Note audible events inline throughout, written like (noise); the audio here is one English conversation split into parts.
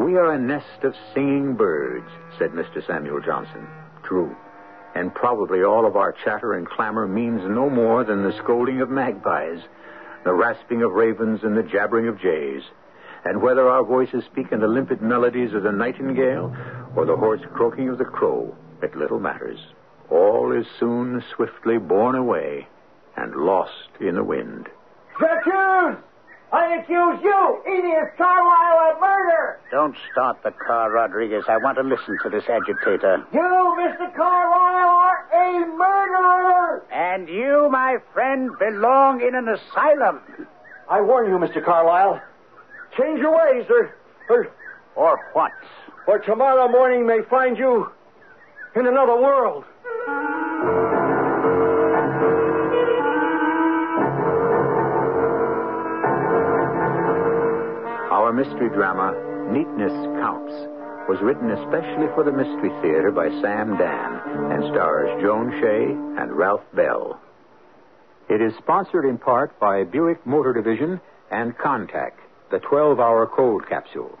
We are a nest of singing birds, said Mr. Samuel Johnson. True. And probably all of our chatter and clamor means no more than the scolding of magpies, the rasping of ravens, and the jabbering of jays. And whether our voices speak in the limpid melodies of the nightingale or the hoarse croaking of the crow, it little matters. All is soon swiftly borne away and lost in the wind. Accused! I accuse you, Edith Carlisle, of murder! Don't start the car, Rodriguez. I want to listen to this agitator. You, Mr. Carlisle, are a murderer! And you, my friend, belong in an asylum. I warn you, Mr. Carlisle. Change your ways, or, or, Or what? or tomorrow morning may find you in another world. Our mystery drama, Neatness Counts, was written especially for the Mystery Theater by Sam Dan and stars Joan Shea and Ralph Bell. It is sponsored in part by Buick Motor Division and Contact, the 12 hour cold capsule.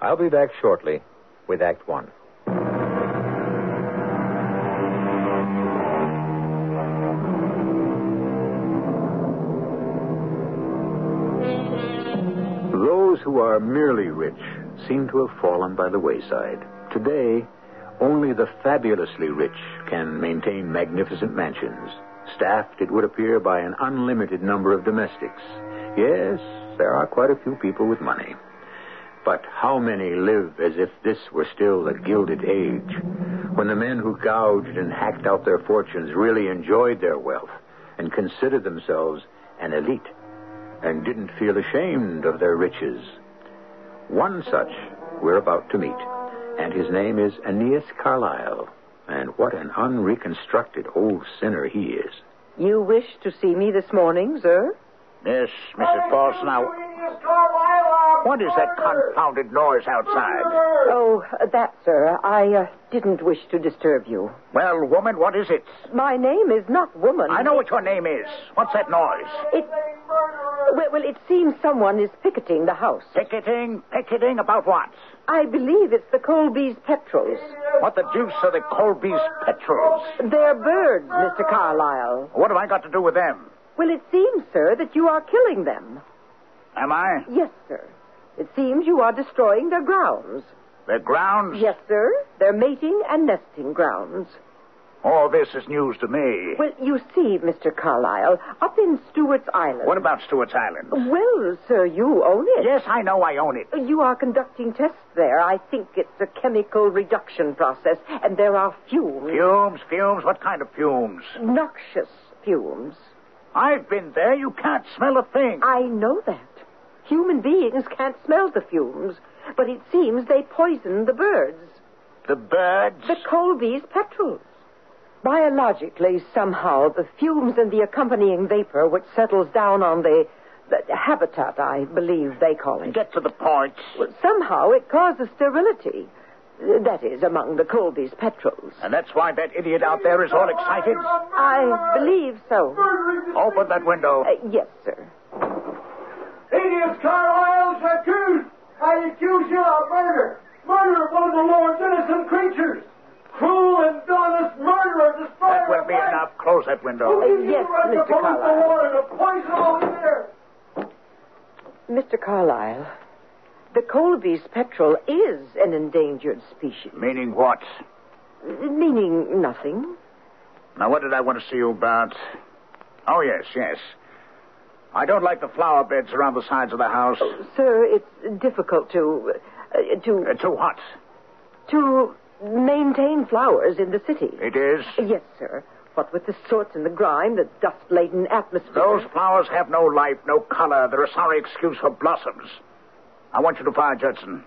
I'll be back shortly with Act One. Those who are merely rich seem to have fallen by the wayside. Today, only the fabulously rich can maintain magnificent mansions, staffed, it would appear, by an unlimited number of domestics. Yes, there are quite a few people with money. But how many live as if this were still the Gilded Age, when the men who gouged and hacked out their fortunes really enjoyed their wealth and considered themselves an elite and didn't feel ashamed of their riches? One such we're about to meet, and his name is Aeneas Carlyle. And what an unreconstructed old sinner he is. You wish to see me this morning, sir? Yes, Oh, Mrs. Paulson. Now, Edith Carlisle, are a what is that murderer! confounded noise outside? Murderer! Oh, uh, that, sir. I uh, didn't wish to disturb you. Well, woman, what is it? My name is not woman. I know what your name is. What's that noise? It, well, well, it seems someone is picketing the house. Picketing, picketing about what? I believe it's the Colby's petrels. What the deuce are the Colby's petrels? They're birds, Mr. Carlyle. What have I got to do with them? Well, it seems, sir, that you are killing them. Am I? Yes, sir. It seems you are destroying their grounds. The grounds? Yes, sir. Their mating and nesting grounds. All this is news to me. Well, you see, Mr. Carlyle, up in Stewart's Island. What about Stewart's Island? Well, sir, you own it. Yes, I know I own it. You are conducting tests there. I think it's a chemical reduction process, and there are fumes, Fumes, fumes, what kind of fumes? noxious fumes. I've been there. You can't smell a thing. I know that. Human beings can't smell the fumes, but it seems they poison the birds, The birds. the Colby's petrels. Biologically, somehow, the fumes and the accompanying vapor which settles down on the, the habitat, I believe they call it. Get to the point. Somehow it causes sterility. That is, among the Colby's petrels. And that's why that idiot out there is all excited. I believe so. Open that window. Uh, yes, sir. Edith Carlisle's accused! I accuse you of murder! Murder of one of the Lord's innocent creatures! Cruel and villainous murderer, destroyer That will be of life. enough. Close that Who window. gives you Yes, the right to Mr. pollute Carlyle. the water, to poison all the air? Mr. Carlyle, the Colby's petrel is an endangered species, Meaning what? meaning nothing. Now, what did I want to see you about? Oh, yes, yes. I don't like the flower beds around the sides of the house. Sir, it's difficult to uh, Uh, to to what? to maintain flowers in the city. It is. Yes, sir. What with the soot and the grime, the dust-laden atmosphere. Those flowers have no life, no color. They're a sorry excuse for blossoms. I want you to fire Judson.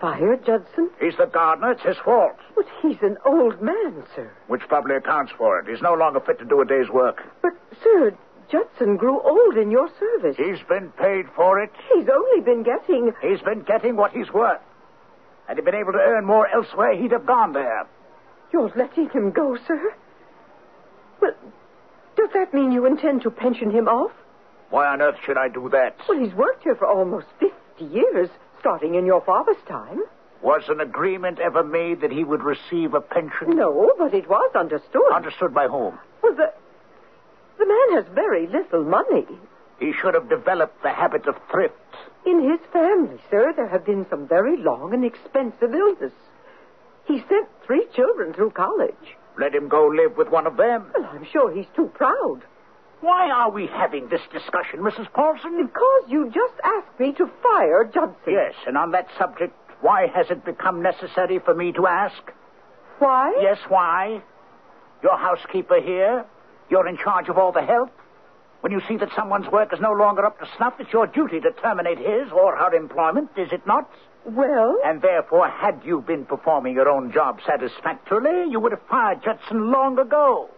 fire, Judson? He's the gardener. It's his fault, But he's an old man, sir. which probably accounts for it. He's no longer fit to do a day's work. But, sir, Judson grew old in your service. He's been paid for it. He's only been getting. He's been getting what he's worth. Had he been able to earn more elsewhere, he'd have gone there. You're letting him go, sir? Well, does that mean you intend to pension him off? Why on earth should I do that? Well, he's worked here for almost 50 years, starting in your father's time. Was an agreement ever made that he would receive a pension? No, but it was understood. Understood by whom? well, the, the man has very little money. He should have developed the habit of thrift. In his family, sir, there have been some very long and expensive illness. He sent three children through college. Let him go live with one of them. Well, I'm sure he's too proud. Why are we having this discussion, Mrs. Paulson? Because you just asked me to fire Judson. Yes, and on that subject, why has it become necessary for me to ask? Why? Yes, why? Your housekeeper here? You're in charge of all the help? When you see that someone's work is no longer up to snuff, it's your duty to terminate his or her employment, is it not? Well, And therefore, had you been performing your own job satisfactorily, you would have fired Judson long ago.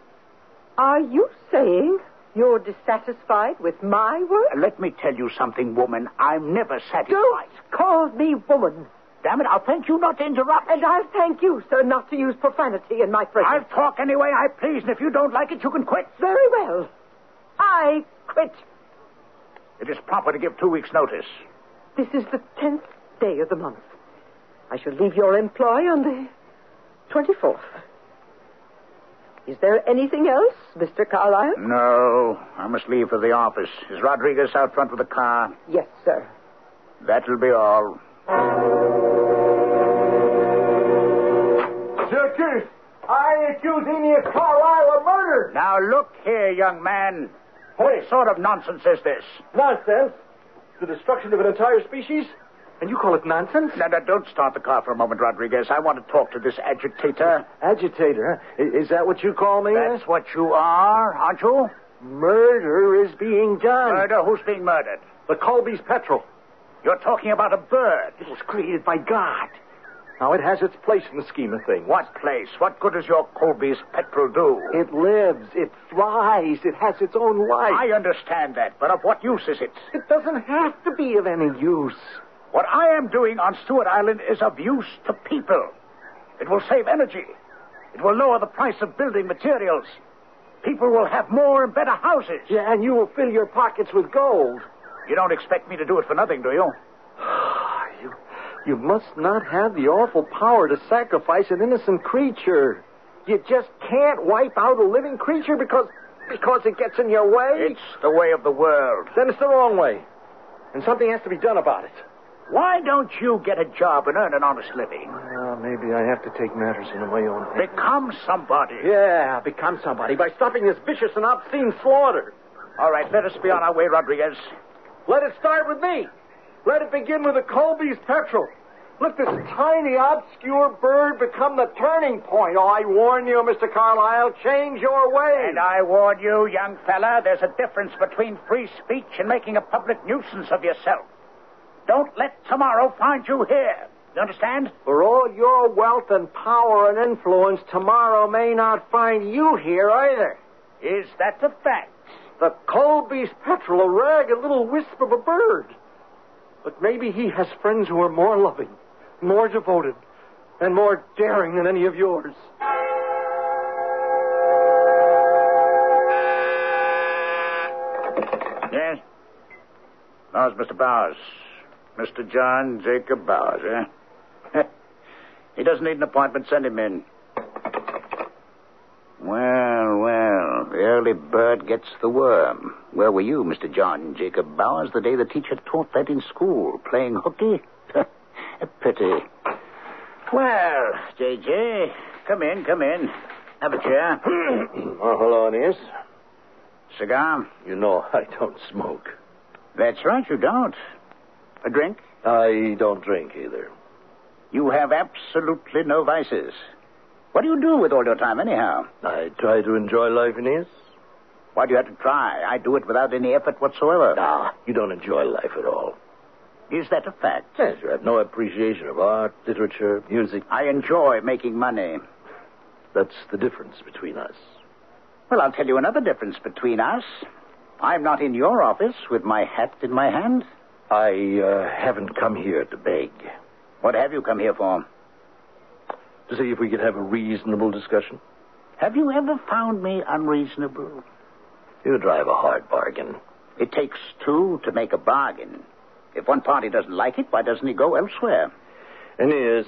are you saying you're dissatisfied with my work? Let me tell you something, woman. I'm never satisfied. Don't call me woman. Damn it, I'll thank you not to interrupt. And I'll thank you, sir, not to use profanity in my presence. I'll talk any way I please, and if you don't like it, you can quit. Very well. I quit. It is proper to give two weeks' notice. This is the tenth day of the month. I shall leave your employ on the 24th. Is there anything else, Mr. Carlyle? Mm. No, I must leave for the office. Is Rodriguez out front with the car? Yes, sir. That'll be all. Circus! I accuse Aeneas Carlisle of murder! Now, look here, young man. What sort of nonsense is this? Nonsense! The destruction of an entire species? And you call it nonsense? Now, now, don't start the car for a moment, Rodriguez. I want to talk to this agitator. Agitator, huh? I- Is that what you call me? That's what you are, aren't you? Murder is being done. Murder? Who's being murdered? The Colby's petrel. You're talking about a bird. It was created by God. Now, it has its place in the scheme of things. What place? What good does your Colby's petrel do? It lives. It flies. It has its own life. I understand that, but of what use is it? It doesn't have to be of any use. What I am doing on Stewart Island is of use to people. It will save energy. It will lower the price of building materials. People will have more and better houses. Yeah, and you will fill your pockets with gold. You don't expect me to do it for nothing, do you? Ah, You, you must not have the awful power to sacrifice an innocent creature. You just can't wipe out a living creature because because it gets in your way. It's the way of the world. Then it's the wrong way, and something has to be done about it. Why don't you get a job and earn an honest living? Uh, maybe I have to take matters into my own hands. Become somebody. Yeah, become somebody by stopping this vicious and obscene slaughter. All right, let us be on our way, Rodriguez. Let it start with me. Let it begin with the Colby's petrel. Let this tiny, obscure bird become the turning point. Oh, I warn you, Mr. Carlyle, change your way. And uh, I warn you, young fella, there's a difference between free speech and making a public nuisance of yourself. Don't let tomorrow find you here. You understand? For all your wealth and power and influence, tomorrow may not find you here either. Is that a fact? The Colby's petrel, a ragged little wisp of a bird. But maybe he has friends who are more loving, more devoted, and more daring than any of yours. (clears throat) Yes? Bowers, Mr. Bowers. Mr. John Jacob Bowers, eh? (laughs) he doesn't need an appointment. Send him in. Well, well, the early bird gets the worm. Where were you, Mr. John Jacob Bowers, the day the teacher taught that in school, playing hooky? (laughs) a pity. Well, J.J., come in, come in. Have a chair. Oh, hello, Aeneas. Cigar? You know (laughs) I don't smoke. That's right, you don't. A drink? I don't drink either. You have absolutely no vices. What do you do with all your time, anyhow? I try to enjoy life, Aeneas. Why do you have to try? I do it without any effort whatsoever. Ah, you don't enjoy life at all. Is that a fact? Yes, you have no appreciation of art, literature, music. I enjoy making money. That's the difference between us. Well, I'll tell you another difference between us. I'm not in your office with my hat in my hand. I uh, haven't come here to beg. What have you come here for? To see if we can have a reasonable discussion. Have you ever found me unreasonable? You drive a hard bargain. It takes two to make a bargain. If one party doesn't like it, why doesn't he go elsewhere? Aeneas,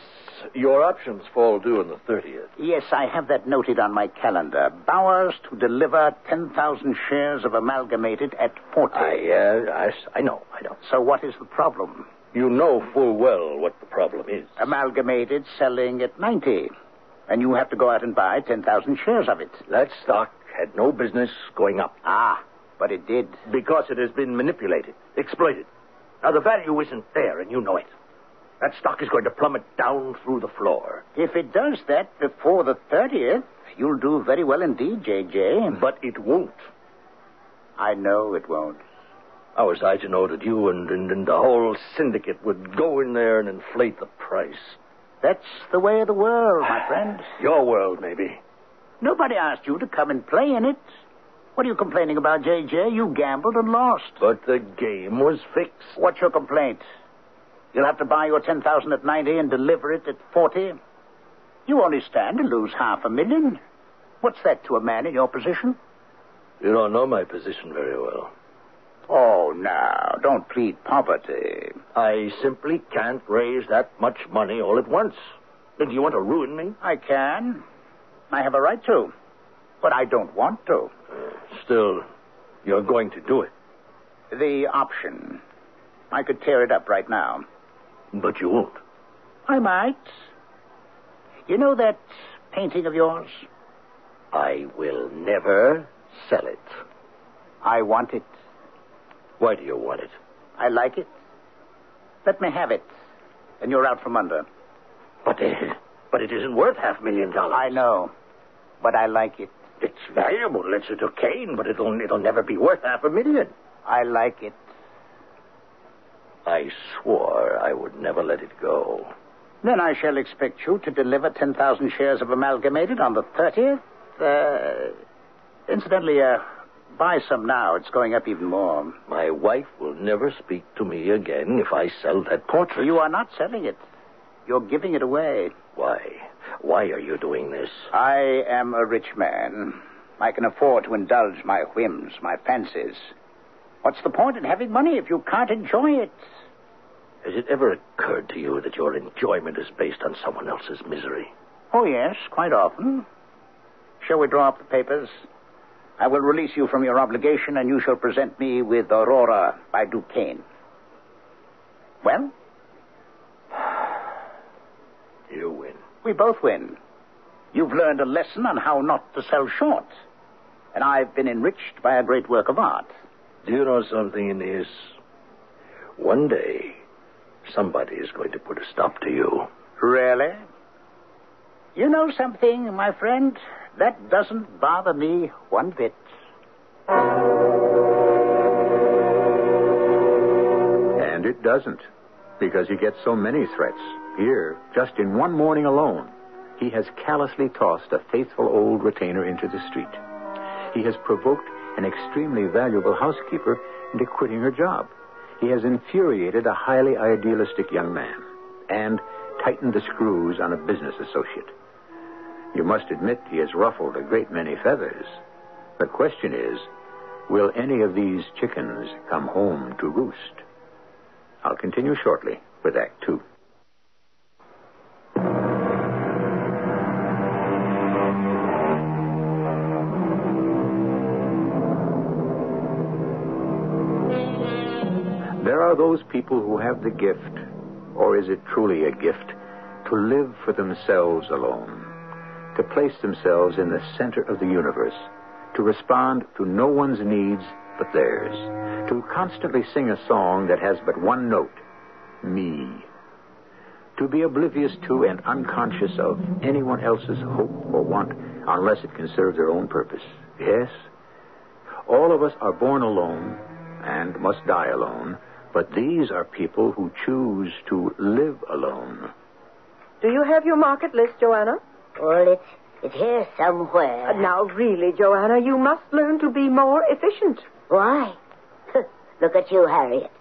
your options fall due on the 30th. Yes, I have that noted on my calendar. Bowers to deliver 10,000 shares of Amalgamated at 40. I, uh, I, s- I know, I know. So what is the problem? You know full well what the problem is. Amalgamated selling at 90. And you have to go out and buy 10,000 shares of it. That stock had no business going up Ah, but it did. because it has been manipulated, exploited. Now, the value isn't there, and you know it. That stock is going to plummet down through the floor. If it does that before the 30th, you'll do very well indeed, J.J. But it won't. I know it won't. How was I to know that you and, and, and the whole syndicate would go in there and inflate the price? That's the way of the world, my friend. Your world, maybe. Nobody asked you to come and play in it. What are you complaining about, J.J.? You gambled and lost. But the game was fixed. What's your complaint? You'll have to buy your 10,000 at 90 and deliver it at 40. You only stand to lose half a million. What's that to a man in your position? You don't know my position very well. Oh, now, don't plead poverty. I simply can't raise that much money all at once. Then do you want to ruin me? I can. I have a right to. But I don't want to. Still, you're going to do it. The option. I could tear it up right now. But you won't. I might. You know that painting of yours? I will never sell it. I want it. Why do you want it? I like it. Let me have it. And you're out from under. But, uh, but it isn't worth half a million dollars. I know. But I like it. It's valuable. It's a cocaine, but it'll, it'll never be worth half a million. I like it. I swore I would never let it go. Then I shall expect you to deliver 10,000 shares of Amalgamated on the 30th. Uh, incidentally, uh, buy some now. It's going up even more. My wife will never speak to me again if I sell that portrait. You are not selling it. You're giving it away. Why? Why are you doing this? I am a rich man. I can afford to indulge my whims, my fancies. What's the point in having money if you can't enjoy it? Has it ever occurred to you that your enjoyment is based on someone else's misery? Oh, yes, quite often. Shall we draw up the papers? I will release you from your obligation, and you shall present me with Aurora by Duquesne. Well, You win. we both win. You've learned a lesson on how not to sell short, and I've been enriched by a great work of art. Do you know something, Aeneas? One day, somebody is going to put a stop to you. Really? You know something, my friend? That doesn't bother me one bit. And it doesn't, because he gets so many threats. Here, just in one morning alone, he has callously tossed a faithful old retainer into the street. He has provoked an extremely valuable housekeeper into quitting her job. He has infuriated a highly idealistic young man and tightened the screws on a business associate. You must admit he has ruffled a great many feathers. The question is, will any of these chickens come home to roost? I'll continue shortly with Act Two. There are those people who have the gift, or is it truly a gift, to live for themselves alone, to place themselves in the center of the universe, to respond to no one's needs but theirs, to constantly sing a song that has but one note me. To be oblivious to and unconscious of anyone else's hope or want unless it can serve their own purpose. Yes, all of us are born alone and must die alone, But these are people who choose to live alone. Do you have your market list, Joanna? Well, it's, it's here Uh, somewhere. now, really, Joanna, you must learn to be more efficient. Why? (laughs) Look at you, Harriet.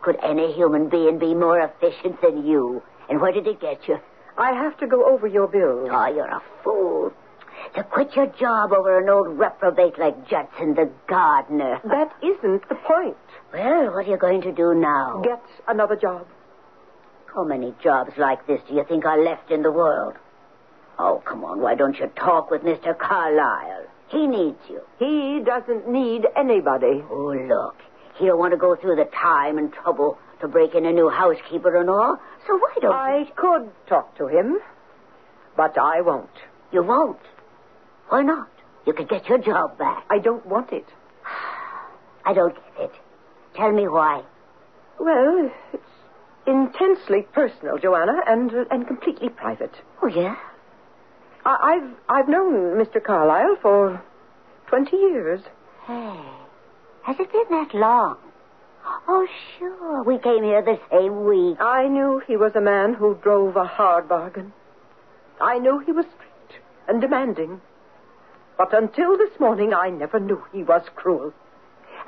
Could any human being be more efficient than you? And where did it get you? I have to go over your bill. Oh, you're a fool. To quit your job over an old reprobate like Judson the gardener. That isn't the point. Well, what are you going to do now? Get another job. How many jobs like this do you think are left in the world? Oh, come on, why don't you talk with Mr. Carlyle? He needs you. He doesn't need anybody. Oh, look, he don't want to go through the time and trouble to break in a new housekeeper and all. So why don't I could talk to him, but I won't. you won't? Why not? You could get your job back. (sighs) I don't want it. I don't get it. Tell me why. Well, it's intensely personal, Joanna, and and completely private. Oh, yeah? I, I've I've known Mr. Carlyle for twenty years. Hey, has it been that long? Oh, sure. We came here the same week. I knew he was a man who drove a hard bargain. I knew he was strict and demanding. But until this morning, I never knew he was cruel.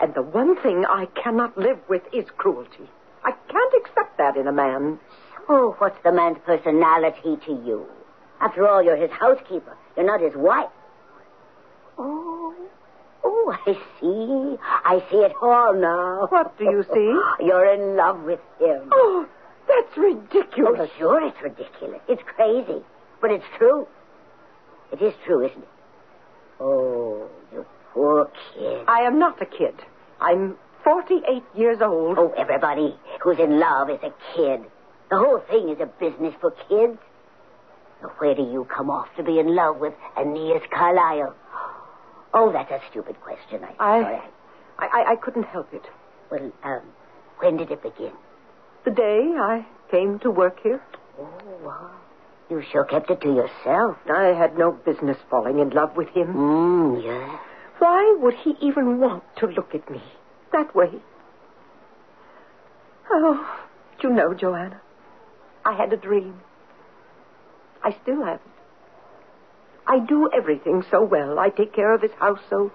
And the one thing I cannot live with is cruelty. I can't accept that in a man. Oh, what's the man's personality to you? After all, you're his housekeeper. You're not his wife. Oh, oh, I see. I see it all now. What do you see? (laughs) You're in love with him. Oh, that's Oh, ridiculous. sure, it's ridiculous. It's crazy. But it's true. It is true, isn't it? Oh, you poor kid. I am not a kid. I'm 48 years old. Oh, everybody who's in love is a kid. The whole thing is a business for kids. Now, where do you come off to be in love with Aeneas Carlyle? Oh, that's a stupid question. I, I, I, I, I couldn't help it. Well, um, when did it begin? The day I came to work here, Oh, wow. You sure kept it to yourself. I had no business falling in love with him. Mm, yeah. Why would he even want to look at me that way? Oh, you know, Joanna, I had a dream. I still have it. I do everything so well. I take care of his house so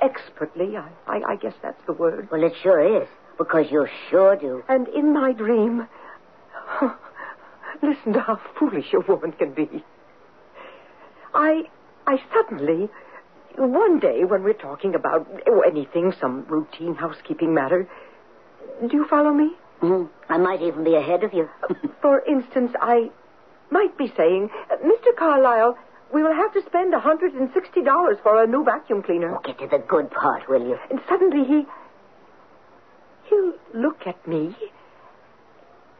expertly. I, I, I guess that's the word. Well, it sure is, because you sure do. And in my dream, (laughs) listen to how foolish a woman can be. I, I suddenly, one day when we're talking about oh, anything, some routine housekeeping matter, do you follow me? Mm. I might even be ahead of you. For instance, I might be saying, Mr. Carlyle, we will have to spend a $160 for a new vacuum cleaner. Get to the good part, will you? And suddenly he. He'll look at me.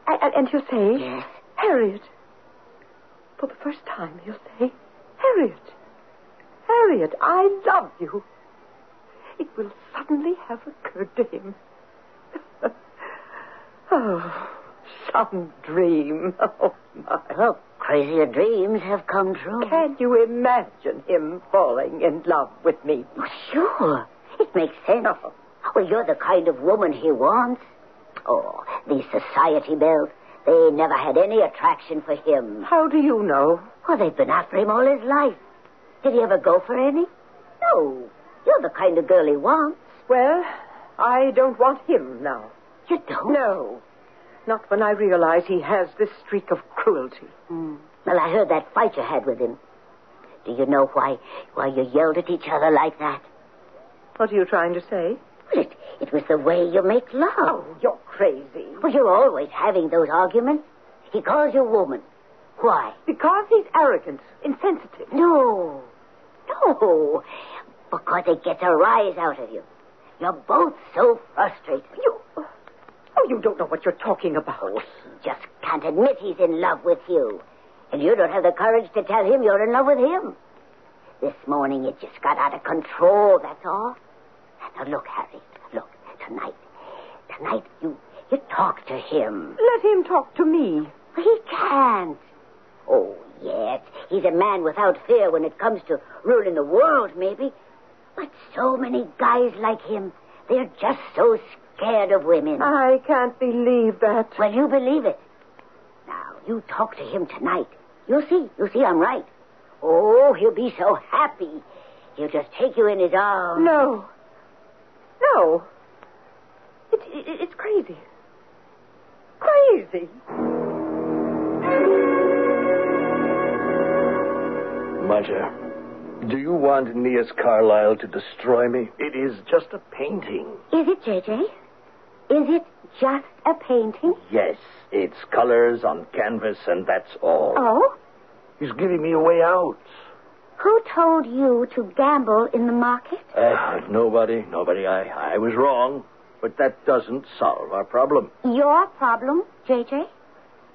a- a- And he'll say. Yes. Harriet. For the first time, he'll say, Harriet. Harriet, I love you. It will suddenly have occurred to him. (laughs) oh, some dream. (laughs) Oh, my. Oh, crazier dreams have come true. Can you imagine him falling in love with me? Oh, sure. It makes sense. Well, you're the kind of woman he wants. Oh, these society belles, they never had any attraction for him. How do you know? Well, they've been after him all his life. Did he ever go for any? No. You're the kind of girl he wants. Well, I don't want him now. You don't? No. Not when I realize he has this streak of cruelty. Hmm. Well, I heard that fight you had with him. Do you know why why you yelled at each other like that? What are you trying to say? Well, it, it was the way you make love. Oh, you're crazy. Well, you're always having those arguments. He calls you woman. Why? Because he's arrogant, insensitive. No. No. Because it gets a rise out of you. You're both so frustrated. You. Oh, you don't know what you're talking about. Oh, he just can't admit he's in love with you. And you don't have the courage to tell him you're in love with him. This morning it just got out of control, that's all. Now look, Harry. Look, tonight. Tonight you you talk to him. Let him talk to me. He can't. Oh, yes. He's a man without fear when it comes to ruling the world, maybe. But so many guys like him, they're just so scared of women. I can't believe that. Well, you believe it. Now, you talk to him tonight. You'll see. You'll see I'm right. Oh, he'll be so happy. He'll just take you in his arms. No. No. It, it, it's crazy. Crazy. Mudger, do you want Aeneas Carlyle to destroy me? It is just a painting. Is it, J.J.? Is it just a painting? Yes, it's colors on canvas, and that's all. Oh? Ah. He's giving me a way out. Who told you to gamble in the market? Uh, nobody, nobody. I, I was wrong. But that doesn't solve our problem. Your problem, J.J.?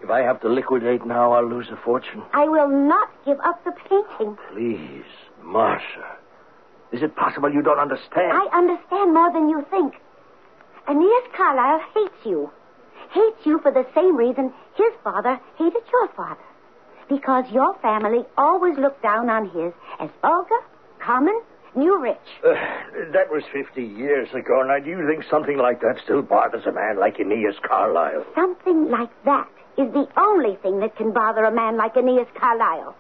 If I have to liquidate now, I'll lose a fortune. I will not give up the painting. Please, Marcia. Is it possible you don't understand? I understand more than you think. Aeneas Carlyle hates you. Hates you for the same reason his father hated your father. Because your family always looked down on his as vulgar, common, new rich. Uh, that was 50 years ago. Now, do you think something like that still bothers a man like Aeneas Carlyle? Something like that is the only thing that can bother a man like Aeneas Carlyle.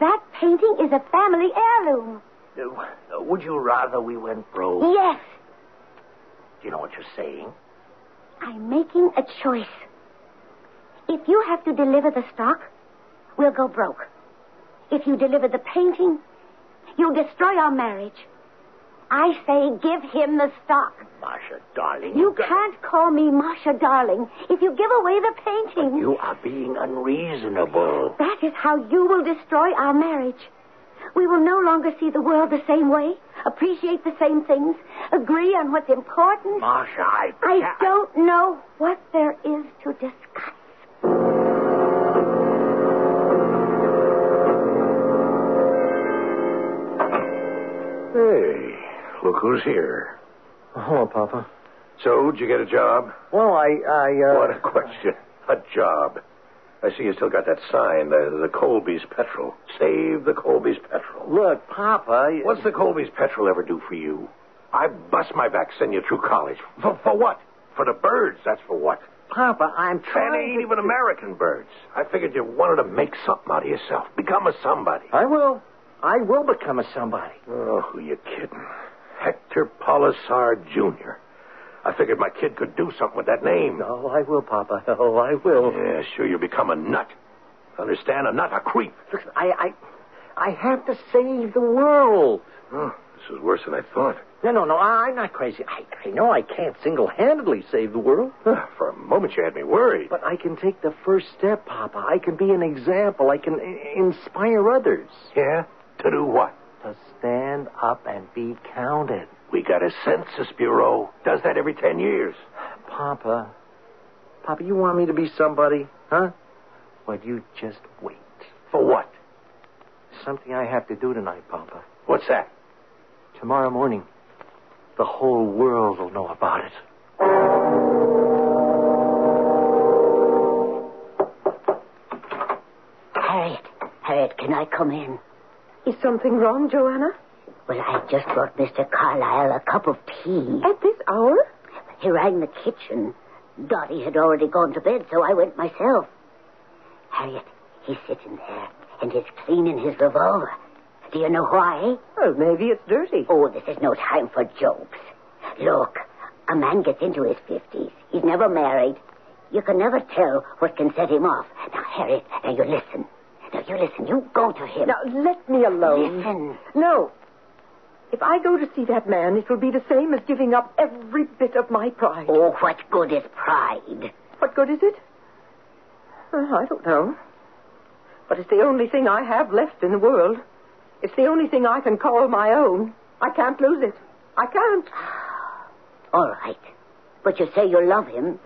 That painting is a family heirloom. Uh, would you rather we went broke? Yes, Do you know what you're saying? I'm making a choice. If you have to deliver the stock, we'll go broke. If you deliver the painting, you'll destroy our marriage. I say give him the stock. Marcia, darling. You you've got- can't call me Marcia darling if you give away the painting. You are being unreasonable. That is how you will destroy our marriage. We will no longer see the world the same way, appreciate the same things, agree on what's important. Marcia, I. I can't- don't know what there is to discuss. Hey, look who's here. Oh, Hello, Papa. Uh, So, did you get a job? Well, I. I what a question. A job. I see you still got that sign, the, the Colby's Petrol. Save the Colby's Petrol. Look, Papa. you- What's the Colby's Petrol ever do for you? I bust my back send you through college. For, for what? For the birds, that's for what. Papa, I'm And they ain't even American birds. I figured you wanted to make something out of yourself, become a somebody. I will. I will become a somebody. Oh, who you kidding? Hector Polisar Jr. I figured my kid could do something with that name. Oh, I will, Papa. (laughs) Oh, I will. Yeah, sure, you become a nut. Understand? A nut, a creep. Look, I, I, I have to save the world. Oh, this is worse than I thought. No, no, no. I, I'm not crazy. I, I know I can't single-handedly save the world, Huh, For a moment, you had me worried. but I can take the first step, Papa. I can be an example. I can i- inspire others Yeah? To do what? to stand up and be counted. We got a census bureau. Does that every ten years. Papa, Papa, you want me to be somebody, huh? Well, you just wait. For what? Something I have to do tonight, Papa. What's that? Tomorrow morning, the whole world will know about it. Harriet, Harriet, can I come in? Is something wrong, Joanna? Well, I just brought Mr. Carlyle a cup of tea. At this hour? He rang the kitchen. Dottie had already gone to bed, so I went myself. Harriet, he's sitting there, and he's cleaning his revolver. Do you know why? Well, maybe it's dirty. Oh, this is no time for jokes. Look, a man gets into his 50s. He's never married. You can never tell what can set him off. Now, Harriet, now you listen. Now, you listen. You go to him. Now, let me alone. Listen. No. If I go to see that man, it will be the same as giving up every bit of my pride. Oh, what good is pride? What good is it? Uh, I don't know. But it's the only thing I have left in the world. It's the only thing I can call my own. I can't lose it. I can't. All right. But you say you love him.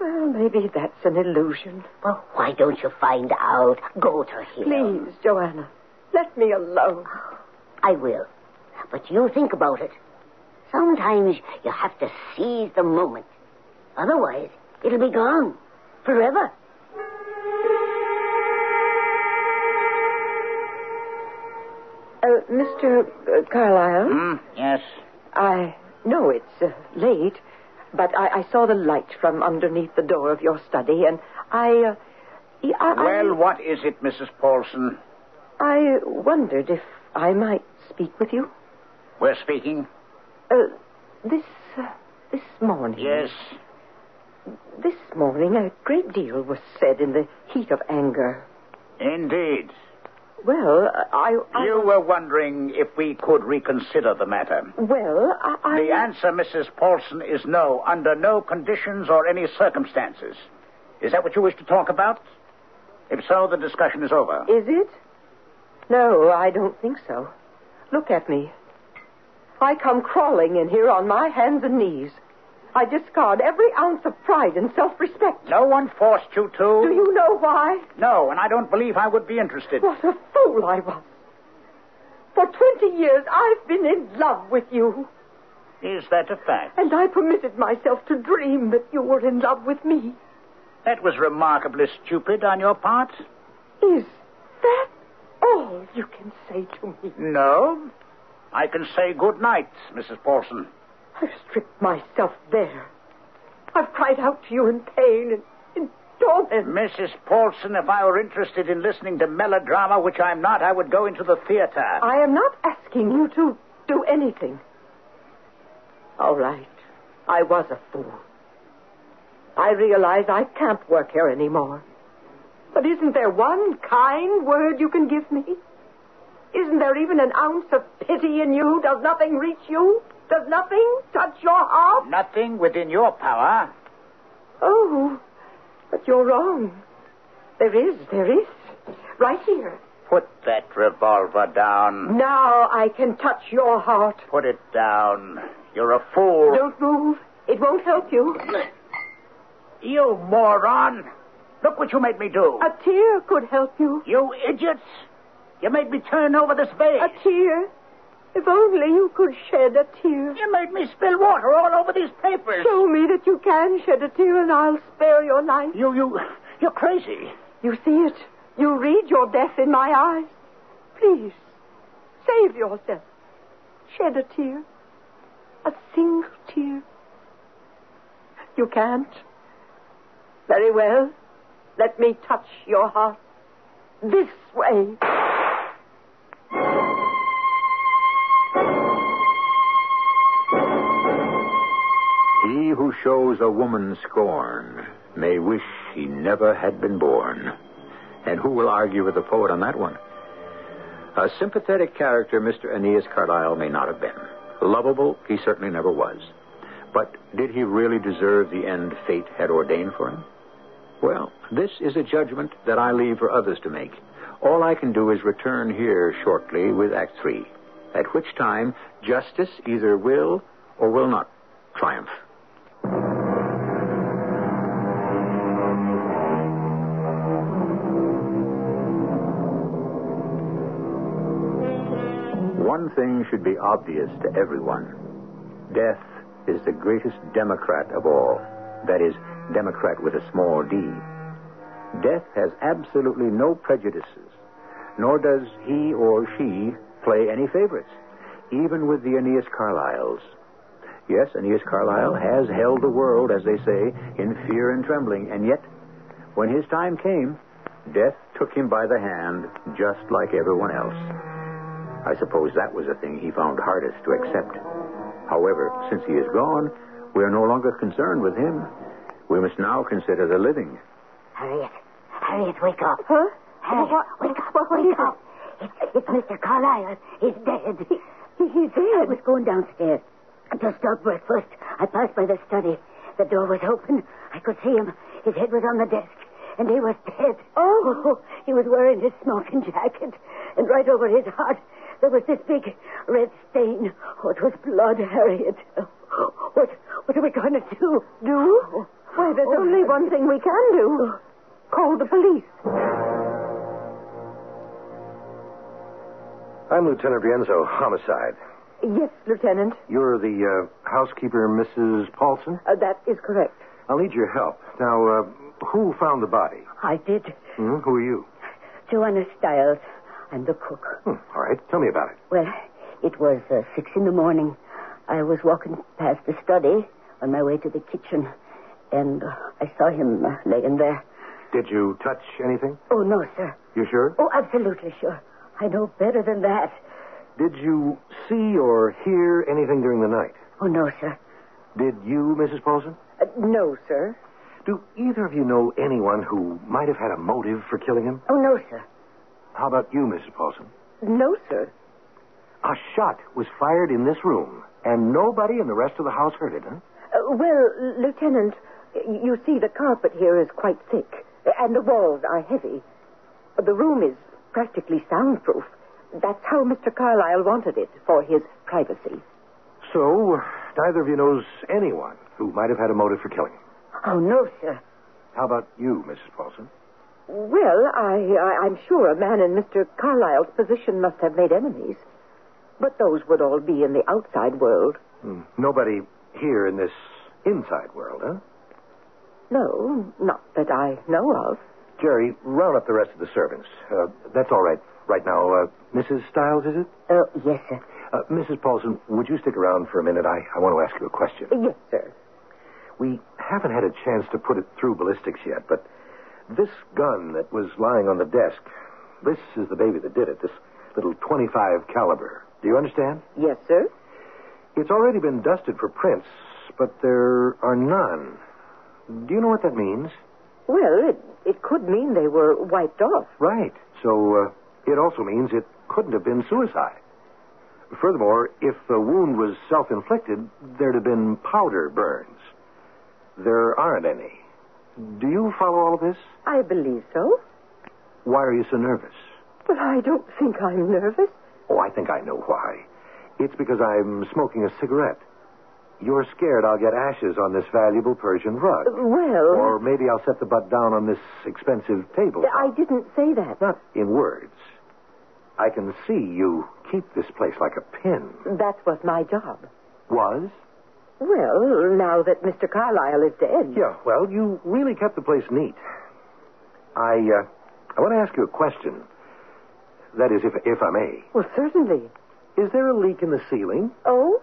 Well, maybe that's an illusion. Well, why don't you find out? Go to him. Please, Joanna, let me alone. I will. But you think about it. Sometimes you have to seize the moment. Otherwise, it'll be gone. Forever. Uh, Mr. Carlyle, Hmm? Yes. I know it's uh, late, But I, I saw the light from underneath the door of your study, and I. Uh, I, I Well, what is it, Mrs. Paulson? I wondered if I might speak with you. We're speaking. Uh, this uh, this morning. Yes. This morning, a great deal was said in the heat of anger. Indeed. Well, I. I You were wondering if we could reconsider the matter. Well, I. I The answer, Mrs. Paulson, is no, under no conditions or any circumstances. Is that what you wish to talk about? If so, the discussion is over. Is it? No, I don't think so. Look at me. I come crawling in here on my hands and knees. I discard every ounce of pride and self respect. No one forced you to. Do you know why? No, and I don't believe I would be interested. What a fool I was. For 20 years, I've been in love with you, Is that a fact? and I permitted myself to dream that you were in love with me. That was remarkably stupid on your part. Is that all you can say to me? No. I can say good night, Mrs. Paulson. I've stripped myself bare. I've cried out to you in pain and in torment. Mrs. Paulson, if I were interested in listening to melodrama, which I'm not, I would go into the theater. I am not asking you to do anything. All right. I was a fool. I realize I can't work here anymore. But isn't there one kind word you can give me? Isn't there even an ounce of pity in you? Does nothing reach you? Does nothing touch your heart? Nothing within your power. Oh, but you're wrong. There is, there is. Right here. Put that revolver down. Now I can touch your heart. Put it down. You're a fool. Don't move. It won't help you. You moron. Look what you made me do. A tear could help you. You idiots. You made me turn over this vase. A tear. If only you could shed a tear. You made me spill water all over these papers. Show me that you can shed a tear and I'll spare your life. You, you, you're crazy. You see it. You read your death in my eyes. Please, save yourself. Shed a tear. A single tear. You can't. Very well. Let me touch your heart. This way. He who shows a woman scorn may wish he never had been born. And who will argue with the poet on that one? A sympathetic character, Mr. Aeneas Carlyle may not have been. Lovable, he certainly never was. But did he really deserve the end fate had ordained for him? Well, this is a judgment that I leave for others to make. All I can do is return here shortly with Act Three, at which time justice either will or will not triumph. One thing should be obvious to everyone death is the greatest Democrat of all. That is, Democrat with a small d. Death has absolutely no prejudices, nor does he or she play any favorites, even with the Aeneas Carlyles. Yes, Aeneas Carlyle has held the world, as they say, in fear and trembling, and yet, when his time came, death took him by the hand just like everyone else. I suppose that was the thing he found hardest to accept. However, since he is gone, we are no longer concerned with him. We must now consider the living. Harriet, Harriet, wake up. Huh? Harriet, What- wake up, what- what wake is it? up. It's, it's Mr. Carlyle. He's dead. he's dead? I was going downstairs to stop breakfast. I passed by the study. The door was open. I could see him. His head was on the desk, and he was dead. Oh, he was wearing his smoking jacket, and right over his heart there was this big red stain. Oh, it was blood, Harriet. Oh, What, what are we going to do? Do? Why, there's Oh. only one thing we can do. Call the police. I'm Lieutenant Rienzo, homicide. Yes, Lieutenant. You're the uh, housekeeper, Mrs. Paulson? Uh, that is correct. I'll need your help. Now, uh, who found the body? I did. Hmm? Who are you? Joanna Stiles. I'm the cook. Hmm, all right, tell me about it. Well, it was uh, six in the morning. I was walking past the study on my way to the kitchen, and uh, I saw him uh, laying there. Did you touch anything? Oh, no, sir. You sure? Oh, absolutely sure. I know better than that. Did you see or hear anything during the night? Oh, no, sir. Did you, Mrs. Paulson? Uh, no, sir. Do either of you know anyone who might have had a motive for killing him? Oh, no, sir. How about you, Mrs. Paulson? No, sir. A shot was fired in this room, and nobody in the rest of the house heard it, huh? Uh, well, Lieutenant, y- you see the carpet here is quite thick, and the walls are heavy. The room is practically soundproof. That's how Mr. Carlyle wanted it, for his privacy. So, neither of you knows anyone who might have had a motive for killing him. Oh, no, sir. How about you, Mrs. Paulson? Well, I, I, I'm sure a man in Mr. Carlyle's position must have made enemies. But those would all be in the outside world. Hmm. Nobody here in this inside world, huh? No, not that I know of. Jerry, round up the rest of the servants. Uh, that's all right right now. Uh, Mrs. Stiles, is it? Oh, yes, sir. Uh, Mrs. Paulson, would you stick around for a minute? I, I want to ask you a question. Yes, sir. We haven't had a chance to put it through ballistics yet, but this gun that was lying on the desk, this is the baby that did it, this little 25 caliber. Do you understand? Yes, sir. It's already been dusted for prints, but there are none. Do you know what that means? Well, it, it could mean they were wiped off. Right. So uh, it also means it couldn't have been suicide. Furthermore, if the wound was self inflicted, there'd have been powder burns. There aren't any. Do you follow all of this? I believe so. Why are you so nervous? But I don't think I'm nervous. Oh, I think I know why. It's because I'm smoking a cigarette. You're scared I'll get ashes on this valuable Persian rug. Well, Or maybe I'll set the butt down on this expensive table. I didn't say that. Not in words. I can see you keep this place like a pin. That was my job. Was? Well, now that Mr. Carlyle is dead. Yeah, well, you really kept the place neat. I, uh, I want to ask you a question. That is, if, if I may. Well, certainly. Is there a leak in the ceiling? Oh?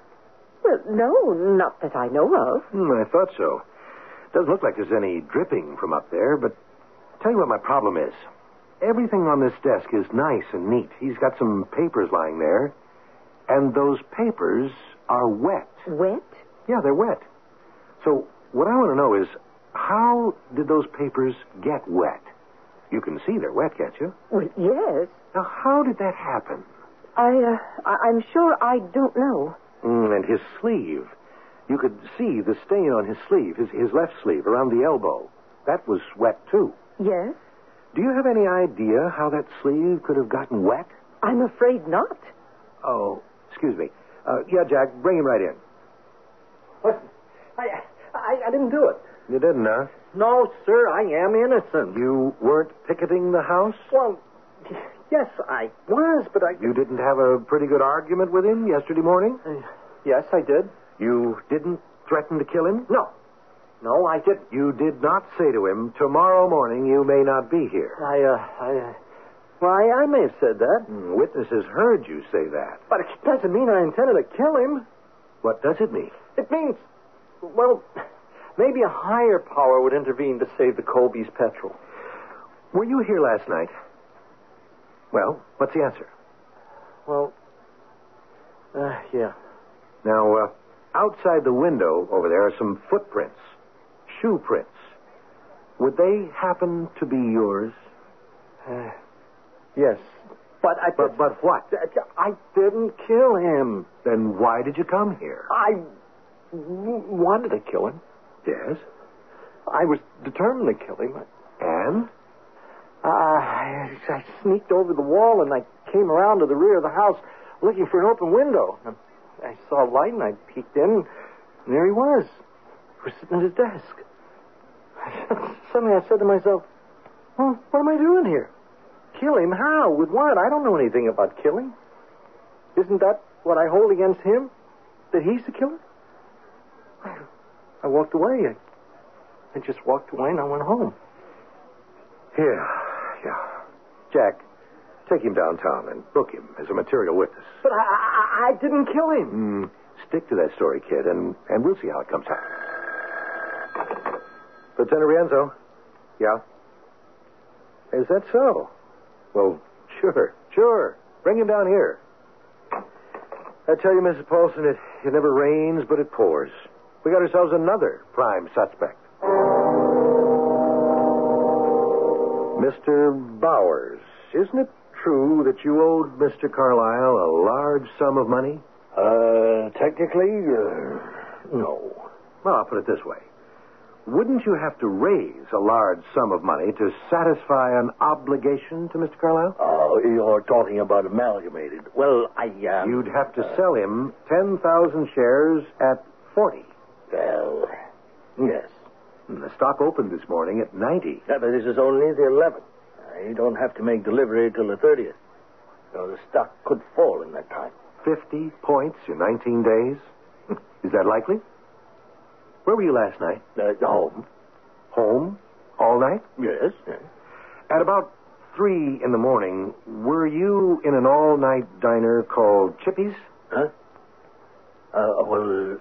Well, no, not that I know of. Hmm, I thought so. Doesn't look like there's any dripping from up there, but tell you what my problem is. Everything on this desk is nice and neat. He's got some papers lying there, and those papers are wet. Wet? Yeah, they're wet. So what I want to know is how did those papers get wet? You can see they're wet, can't you? Well, yes. Now, how did that happen? I, uh, I- I'm sure I don't know. Mm, and his sleeve. You could see the stain on his sleeve, his, his left sleeve, around the elbow. That was wet, too. Yes? Do you have any idea how that sleeve could have gotten wet? I'm afraid not. Oh, excuse me. Uh, yeah, Jack, bring him right in. Listen, I, I, I didn't do it. You didn't, huh? No, sir, I am innocent. You weren't picketing the house? Well, yes, I was, but I. You didn't have a pretty good argument with him yesterday morning? Uh, Yes, I did. You didn't threaten to kill him? No. No, I didn't. You did not say to him, tomorrow morning you may not be here. I, uh, I. Uh, well, I, I may have said that. Hmm, Witnesses heard you say that. But it doesn't mean I intended to kill him. What does it mean? It means, well, maybe a higher power would intervene to save the Colby's petrol. Were you here last night? Well, what's the answer? Well, uh, yeah. Now, uh, outside the window over there are some footprints, shoe prints. Would they happen to be yours? Uh, yes. But I. But, but what? I didn't kill him. Then why did you come here? I w- wanted to kill him. Yes. I was determined to kill him. And? Uh, I, I sneaked over the wall and I came around to the rear of the house looking for an open window. I saw a light and I peeked in, and there he was. He was sitting at his desk. (laughs) Suddenly I said to myself, well, what am I doing here? Kill him? How? With what? I don't know anything about killing. Isn't that what I hold against him? That he's the killer? I, I walked away. I, I just walked away and I went home. Yeah, yeah. Jack, take him downtown and book him as a material witness. But I, I, I didn't kill him. Hmm. Stick to that story, kid, and, and we'll see how it comes out. Lieutenant Rienzo? Yeah? Is that so? Well, sure, sure. Bring him down here. I tell you, Mrs. Paulson, it, it never rains, but it pours. We got ourselves another prime suspect. Mr. Bowers, isn't it true that you owed Mr. Carlyle a large sum of money? Uh, technically, uh, no. Well, I'll put it this way. Wouldn't you have to raise a large sum of money to satisfy an obligation to Mr. Carlyle? Uh, you're talking about amalgamated. Well, I, uh, You'd have to sell him 10,000 shares at 40. Well, yes. And the stock opened this morning at 90. Yeah, but this is only the 11th. I don't have to make delivery till the 30th. So the stock could fall in that time. 50 points in 19 days? (laughs) Is that likely? Where were you last night? Uh, home? Home? All night? Yes. yes. At about 3 in the morning, were you in an all night diner called Chippy's? Huh? Uh, well,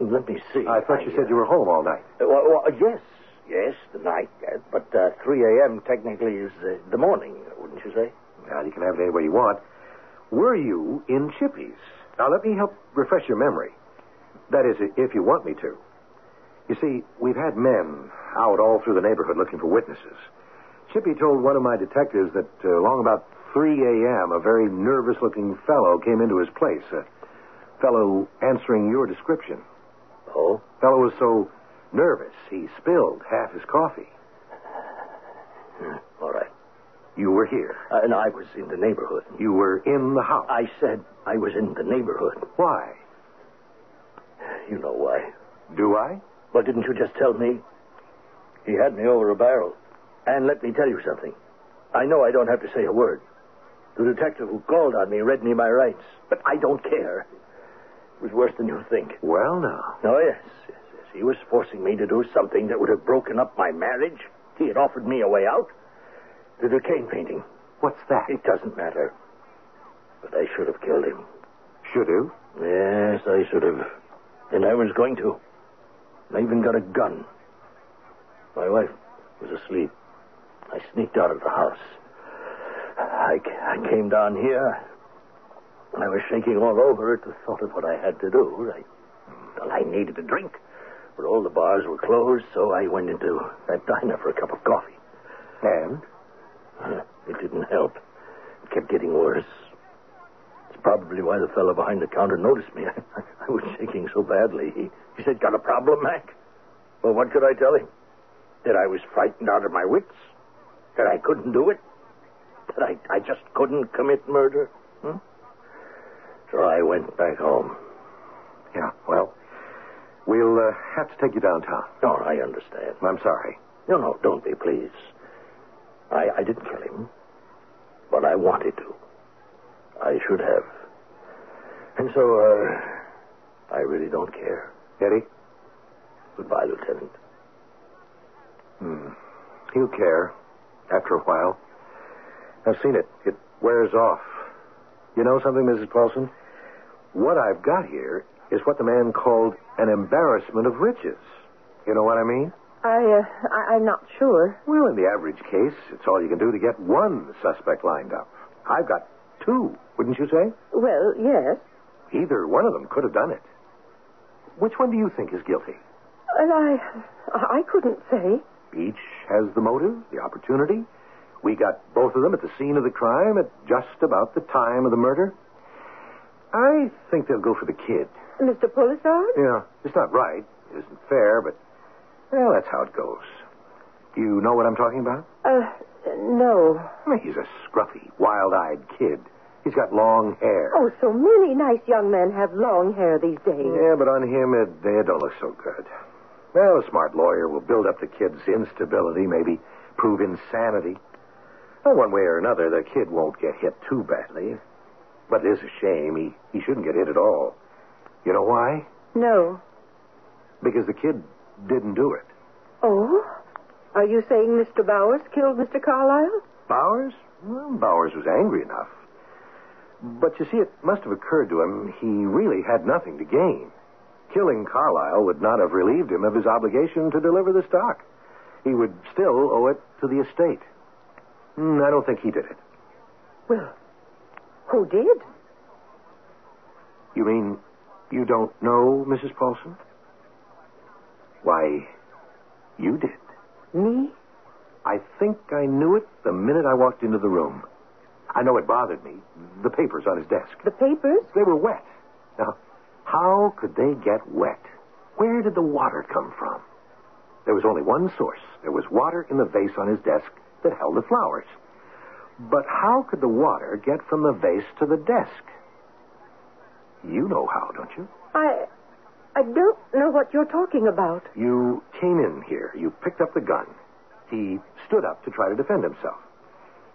let me see. I thought you uh, said you were home all night. Uh, Well, well, yes, yes, the night. uh, But uh, 3 a.m. technically is uh, the morning, wouldn't you say? Well, you can have it any way you want. Were you in Chippy's? Now, let me help refresh your memory. That is, if you want me to. You see, we've had men out all through the neighborhood looking for witnesses. Chippy told one of my detectives that uh, along about 3 a.m., a very nervous looking fellow came into his place, a fellow answering your description. Oh? fellow was so nervous, he spilled half his coffee. (laughs) All right. You were here. Uh, no, I was in the neighborhood. You were in the house. I said I was in the neighborhood. Why? You know why. Do I? Well, didn't you just tell me? He had me over a barrel. And let me tell you something. I know I don't have to say a word. The detective who called on me read me my rights, but I don't care. It was worse than you think. Well, now. Oh, yes, yes, yes. He was forcing me to do something that would have broken up my marriage. He had offered me a way out. The Duquesne painting. What's that? It doesn't matter. But I should have killed him. Should have. Yes, I should have. And I was going to. I even got a gun. My wife was asleep. I sneaked out of the house. I, I came down here. I was shaking all over at the thought of what I had to do. I, well, I needed a drink, but all the bars were closed, so I went into that diner for a cup of coffee. And? Uh, (laughs) It didn't help. It kept getting worse. It's probably why the fellow behind the counter noticed me. (laughs) I, was shaking so badly. He, he said, Got a problem, Mac? Well, what could I tell him? That I was frightened out of my wits? That I couldn't do it? That I, I just couldn't commit murder? Hmm? So I went back home. Yeah, well, we'll uh, have to take you downtown. No, I understand. I'm sorry. No, no, don't be, please. I, I didn't kill him, but I wanted to. I should have. And so, uh, I really don't care. Eddie? Goodbye, Lieutenant. Hmm. He'll care. After a while. I've seen it. It wears off. You know something, Mrs. Paulson? What I've got here is what the man called an embarrassment of riches. You know what I mean? I, uh, I, I'm not sure. Well, in the average case, it's all you can do to get one suspect lined up. I've got two, wouldn't you say? Well, yes. Either one of them could have done it. Which one do you think is guilty? And I, I couldn't say. Each has the motive, the opportunity. We got both of them at the scene of the crime at just about the time of the murder. I think they'll go for the kid. Mr. Polisard? Yeah, it's not right. It isn't fair, but, well, that's how it goes. Do you know what I'm talking about? Uh, no. Well, He's a scruffy, wild eyed kid. He's got long hair. Oh, so many nice young men have long hair these days. Yeah, but on him, it, it don't look so good. Well, a smart lawyer will build up the kid's instability, maybe prove insanity. Well, one way or another, the kid won't get hit too badly. But it is a shame. He, he shouldn't get hit at all. You know why? No. Because the kid didn't do it. Oh? Are you saying Mr. Bowers killed Mr. Carlyle? Bowers? Well, Bowers was angry enough. But you see, it must have occurred to him he really had nothing to gain. Killing Carlyle would not have relieved him of his obligation to deliver the stock. He would still owe it to the estate. Hmm, I don't think he did it. Well, who did? You mean you don't know, Mrs. Paulson? Why, you did. Me? I think I knew it the minute I walked into the room. I know it bothered me. The papers on his desk. The papers? They were wet. Now, how could they get wet? Where did the water come from? There was only one source. There was water in the vase on his desk that held the flowers. But how could the water get from the vase to the desk? You know how, don't you? I. I don't know what you're talking about. You came in here. You picked up the gun. He stood up to try to defend himself.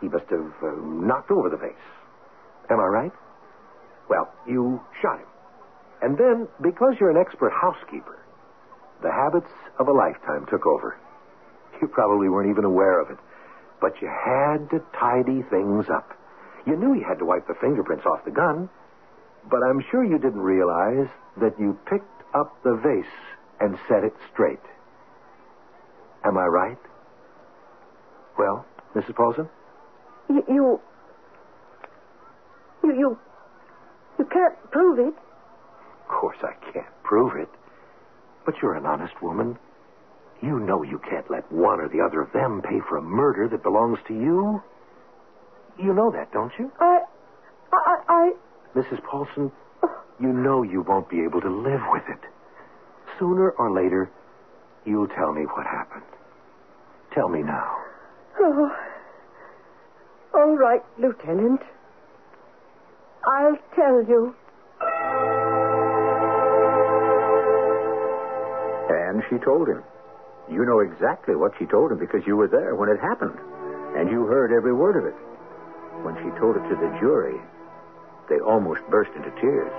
He must have uh, knocked over the vase. Am I right? Well, you shot him. And then, because you're an expert housekeeper, the habits of a lifetime took over. You probably weren't even aware of it, but you had to tidy things up. You knew you had to wipe the fingerprints off the gun, but I'm sure you didn't realize that you picked up the vase and set it straight. Am I right? Well, Mrs. Paulson? Y- you. You. You, you can't prove it. Of course, I can't prove it. But you're an honest woman. You know you can't let one or the other of them pay for a murder that belongs to you. You know that, don't you? I. I. I. Mrs. Paulson, you know you won't be able to live with it. Sooner or later, you'll tell me what happened. Tell me now. Oh. All right, Lieutenant. I'll tell you. And she told him. You know exactly what she told him because you were there when it happened, and you heard every word of it. When she told it to the jury, they almost burst into tears,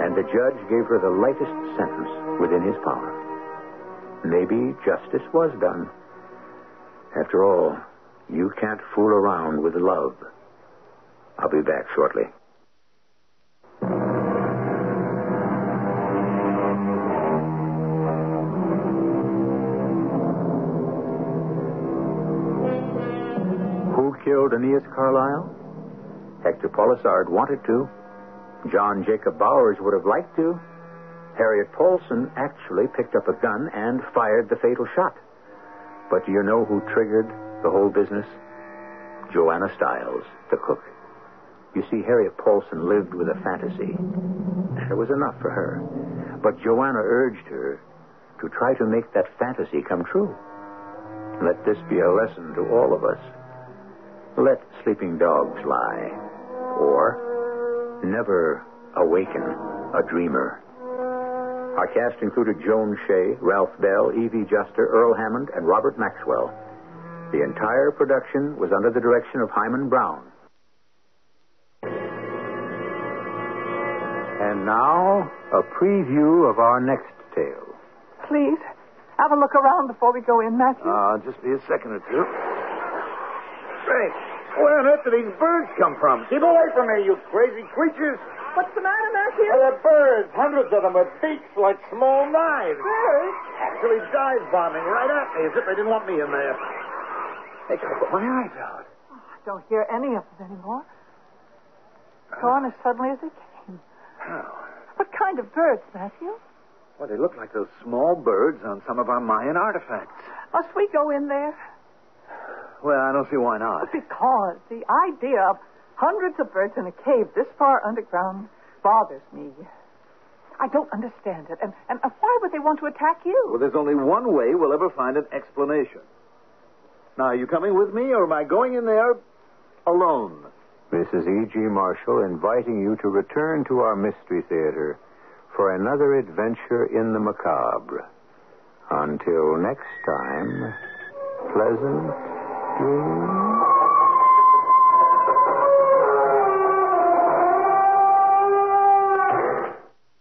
and the judge gave her the lightest sentence within his power. Maybe justice was done. After all, you can't fool around with love. I'll be back shortly. Who killed Aeneas Carlyle? Hector Polisard wanted to. John Jacob Bowers would have liked to. Harriet Paulson actually picked up a gun and fired the fatal shot. But do you know who triggered the whole business? Joanna Stiles, the cook. You see, Harriet Paulson lived with a fantasy, and it was enough for her. But Joanna urged her to try to make that fantasy come true. Let this be a lesson to all of us. Let sleeping dogs lie, or never awaken a dreamer. Our cast included Joan Shea, Ralph Bell, Evie Juster, Earl Hammond, and Robert Maxwell. The entire production was under the direction of Hyman Brown. And now, a preview of our next tale. Please, have a look around before we go in, Matthew. Uh, just be a second or two. Hey, where on earth do these birds come from? Keep away from me, you crazy creatures. What's the matter, Matthew? Why, They're birds, hundreds of them with beaks like small knives. Birds? Actually dive bombing right at me as if they didn't want me in there. Hey, can I put my eyes out? I don't hear any of them anymore. Gone as suddenly as they came. How? What kind of birds, Matthew? Well, they look like those small birds on some of our Mayan artifacts. Must we go in there? Well, I don't see why not. Because the idea of hundreds of birds in a cave this far underground bothers me. I don't understand it. And, and why would they want to attack Well, you? there's only one way we'll ever find an explanation. Now, are you coming with me, or am I going in there alone? Mrs. E.G. E. Marshall inviting you to return to our Mystery Theater for another adventure in the macabre. Until next time, pleasant dreams.